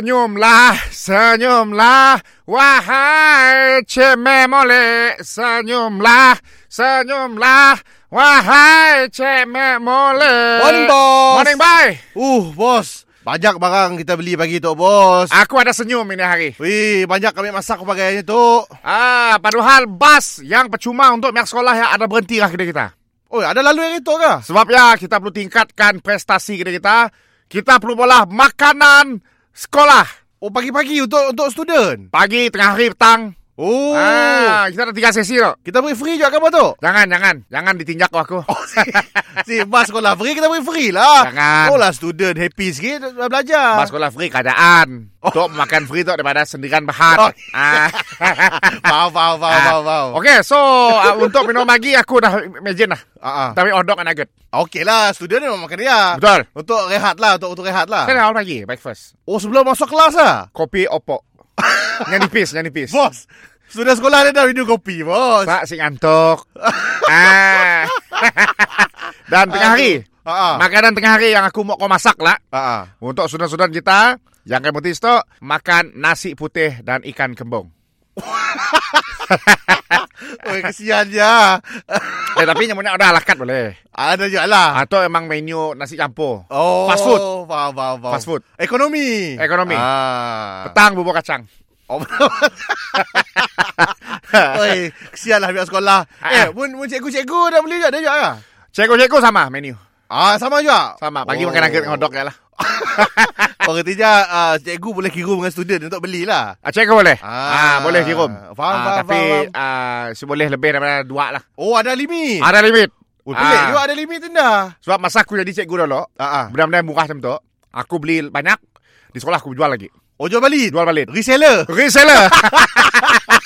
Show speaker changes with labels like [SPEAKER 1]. [SPEAKER 1] Senyumlah, senyumlah, wahai cemeh molek. Senyumlah, senyumlah, wahai cemeh molek.
[SPEAKER 2] Morning, boss.
[SPEAKER 1] Morning, bye.
[SPEAKER 2] Uh, bos. Banyak barang kita beli pagi tu, bos.
[SPEAKER 1] Aku ada senyum ini hari.
[SPEAKER 2] Wih, banyak kami masak pakaiannya tu.
[SPEAKER 1] Ah, padahal bas yang percuma untuk pihak sekolah yang ada berhenti lah kedai kita.
[SPEAKER 2] Oh, ada lalu yang itu ke?
[SPEAKER 1] Sebab ya kita perlu tingkatkan prestasi kedai kita. Kita perlu bola makanan sekolah.
[SPEAKER 2] Oh, pagi-pagi untuk untuk student.
[SPEAKER 1] Pagi, tengah hari, petang.
[SPEAKER 2] Oh.
[SPEAKER 1] Ah, kita ada tiga sesi tu.
[SPEAKER 2] Kita beri free juga ke apa tu?
[SPEAKER 1] Jangan, jangan. Jangan ditinjak aku.
[SPEAKER 2] Oh, si, si bas sekolah free kita beri free lah.
[SPEAKER 1] Jangan.
[SPEAKER 2] Oh lah student happy sikit dah belajar.
[SPEAKER 1] Pas sekolah free keadaan. Oh. Tok makan free tok daripada sendirian bahat.
[SPEAKER 2] Oh.
[SPEAKER 1] Ah.
[SPEAKER 2] Wow, wow, wow, wow, wow.
[SPEAKER 1] Okey, so uh, untuk minum pagi aku dah imagine dah.
[SPEAKER 2] Ah, ah.
[SPEAKER 1] Tapi odok and nugget.
[SPEAKER 2] Okey lah, student memang makan dia.
[SPEAKER 1] Betul.
[SPEAKER 2] Untuk rehat lah, untuk, untuk rehat lah.
[SPEAKER 1] Saya dah awal pagi breakfast.
[SPEAKER 2] Oh, sebelum masuk kelas lah.
[SPEAKER 1] Kopi opo. yang nipis, yang nipis.
[SPEAKER 2] Bos, student sekolah dia dah minum kopi, bos.
[SPEAKER 1] Tak si ngantuk. ah. Dan tengah hari.
[SPEAKER 2] Ah, ah.
[SPEAKER 1] Makanan tengah hari yang aku mau kau masak lah.
[SPEAKER 2] Ah, ah.
[SPEAKER 1] Untuk sudan-sudan kita, yang kayak putih stok, makan nasi putih dan ikan kembung.
[SPEAKER 2] Oh, kesian dia.
[SPEAKER 1] eh, tapi nyamunya ada alakat boleh.
[SPEAKER 2] Ada juga lah.
[SPEAKER 1] Atau emang menu nasi campur.
[SPEAKER 2] Oh,
[SPEAKER 1] Fast food.
[SPEAKER 2] Faham, faham, faham.
[SPEAKER 1] Fast food.
[SPEAKER 2] Ekonomi.
[SPEAKER 1] Ekonomi.
[SPEAKER 2] Oh. Ah.
[SPEAKER 1] Petang bubur kacang.
[SPEAKER 2] Oh, Oi, kesian lah pihak sekolah.
[SPEAKER 1] Ah.
[SPEAKER 2] Eh, pun, pun cikgu-cikgu dah beli juga, dia juga lah.
[SPEAKER 1] Cikgu-cikgu sama menu.
[SPEAKER 2] Ah, sama juga.
[SPEAKER 1] Sama. Pagi makan nugget dengan hotdog je lah.
[SPEAKER 2] Oh, ketiga, ah, cikgu boleh kirim dengan student untuk belilah.
[SPEAKER 1] Ah, cikgu boleh? Ah,
[SPEAKER 2] Ah.
[SPEAKER 1] boleh dirum.
[SPEAKER 2] Faham, faham,
[SPEAKER 1] Tapi
[SPEAKER 2] faham,
[SPEAKER 1] ah, si boleh lebih daripada dua lah.
[SPEAKER 2] Oh, ada limit.
[SPEAKER 1] Ada limit.
[SPEAKER 2] Oh, pelik
[SPEAKER 1] Ah.
[SPEAKER 2] juga ada limit dah.
[SPEAKER 1] Sebab masa aku jadi cikgu dulu,
[SPEAKER 2] Ah, ah.
[SPEAKER 1] benda-benda yang murah macam tu, aku beli banyak, di sekolah aku jual lagi.
[SPEAKER 2] Oh, jual balik.
[SPEAKER 1] Jual balik.
[SPEAKER 2] Reseller.
[SPEAKER 1] Reseller.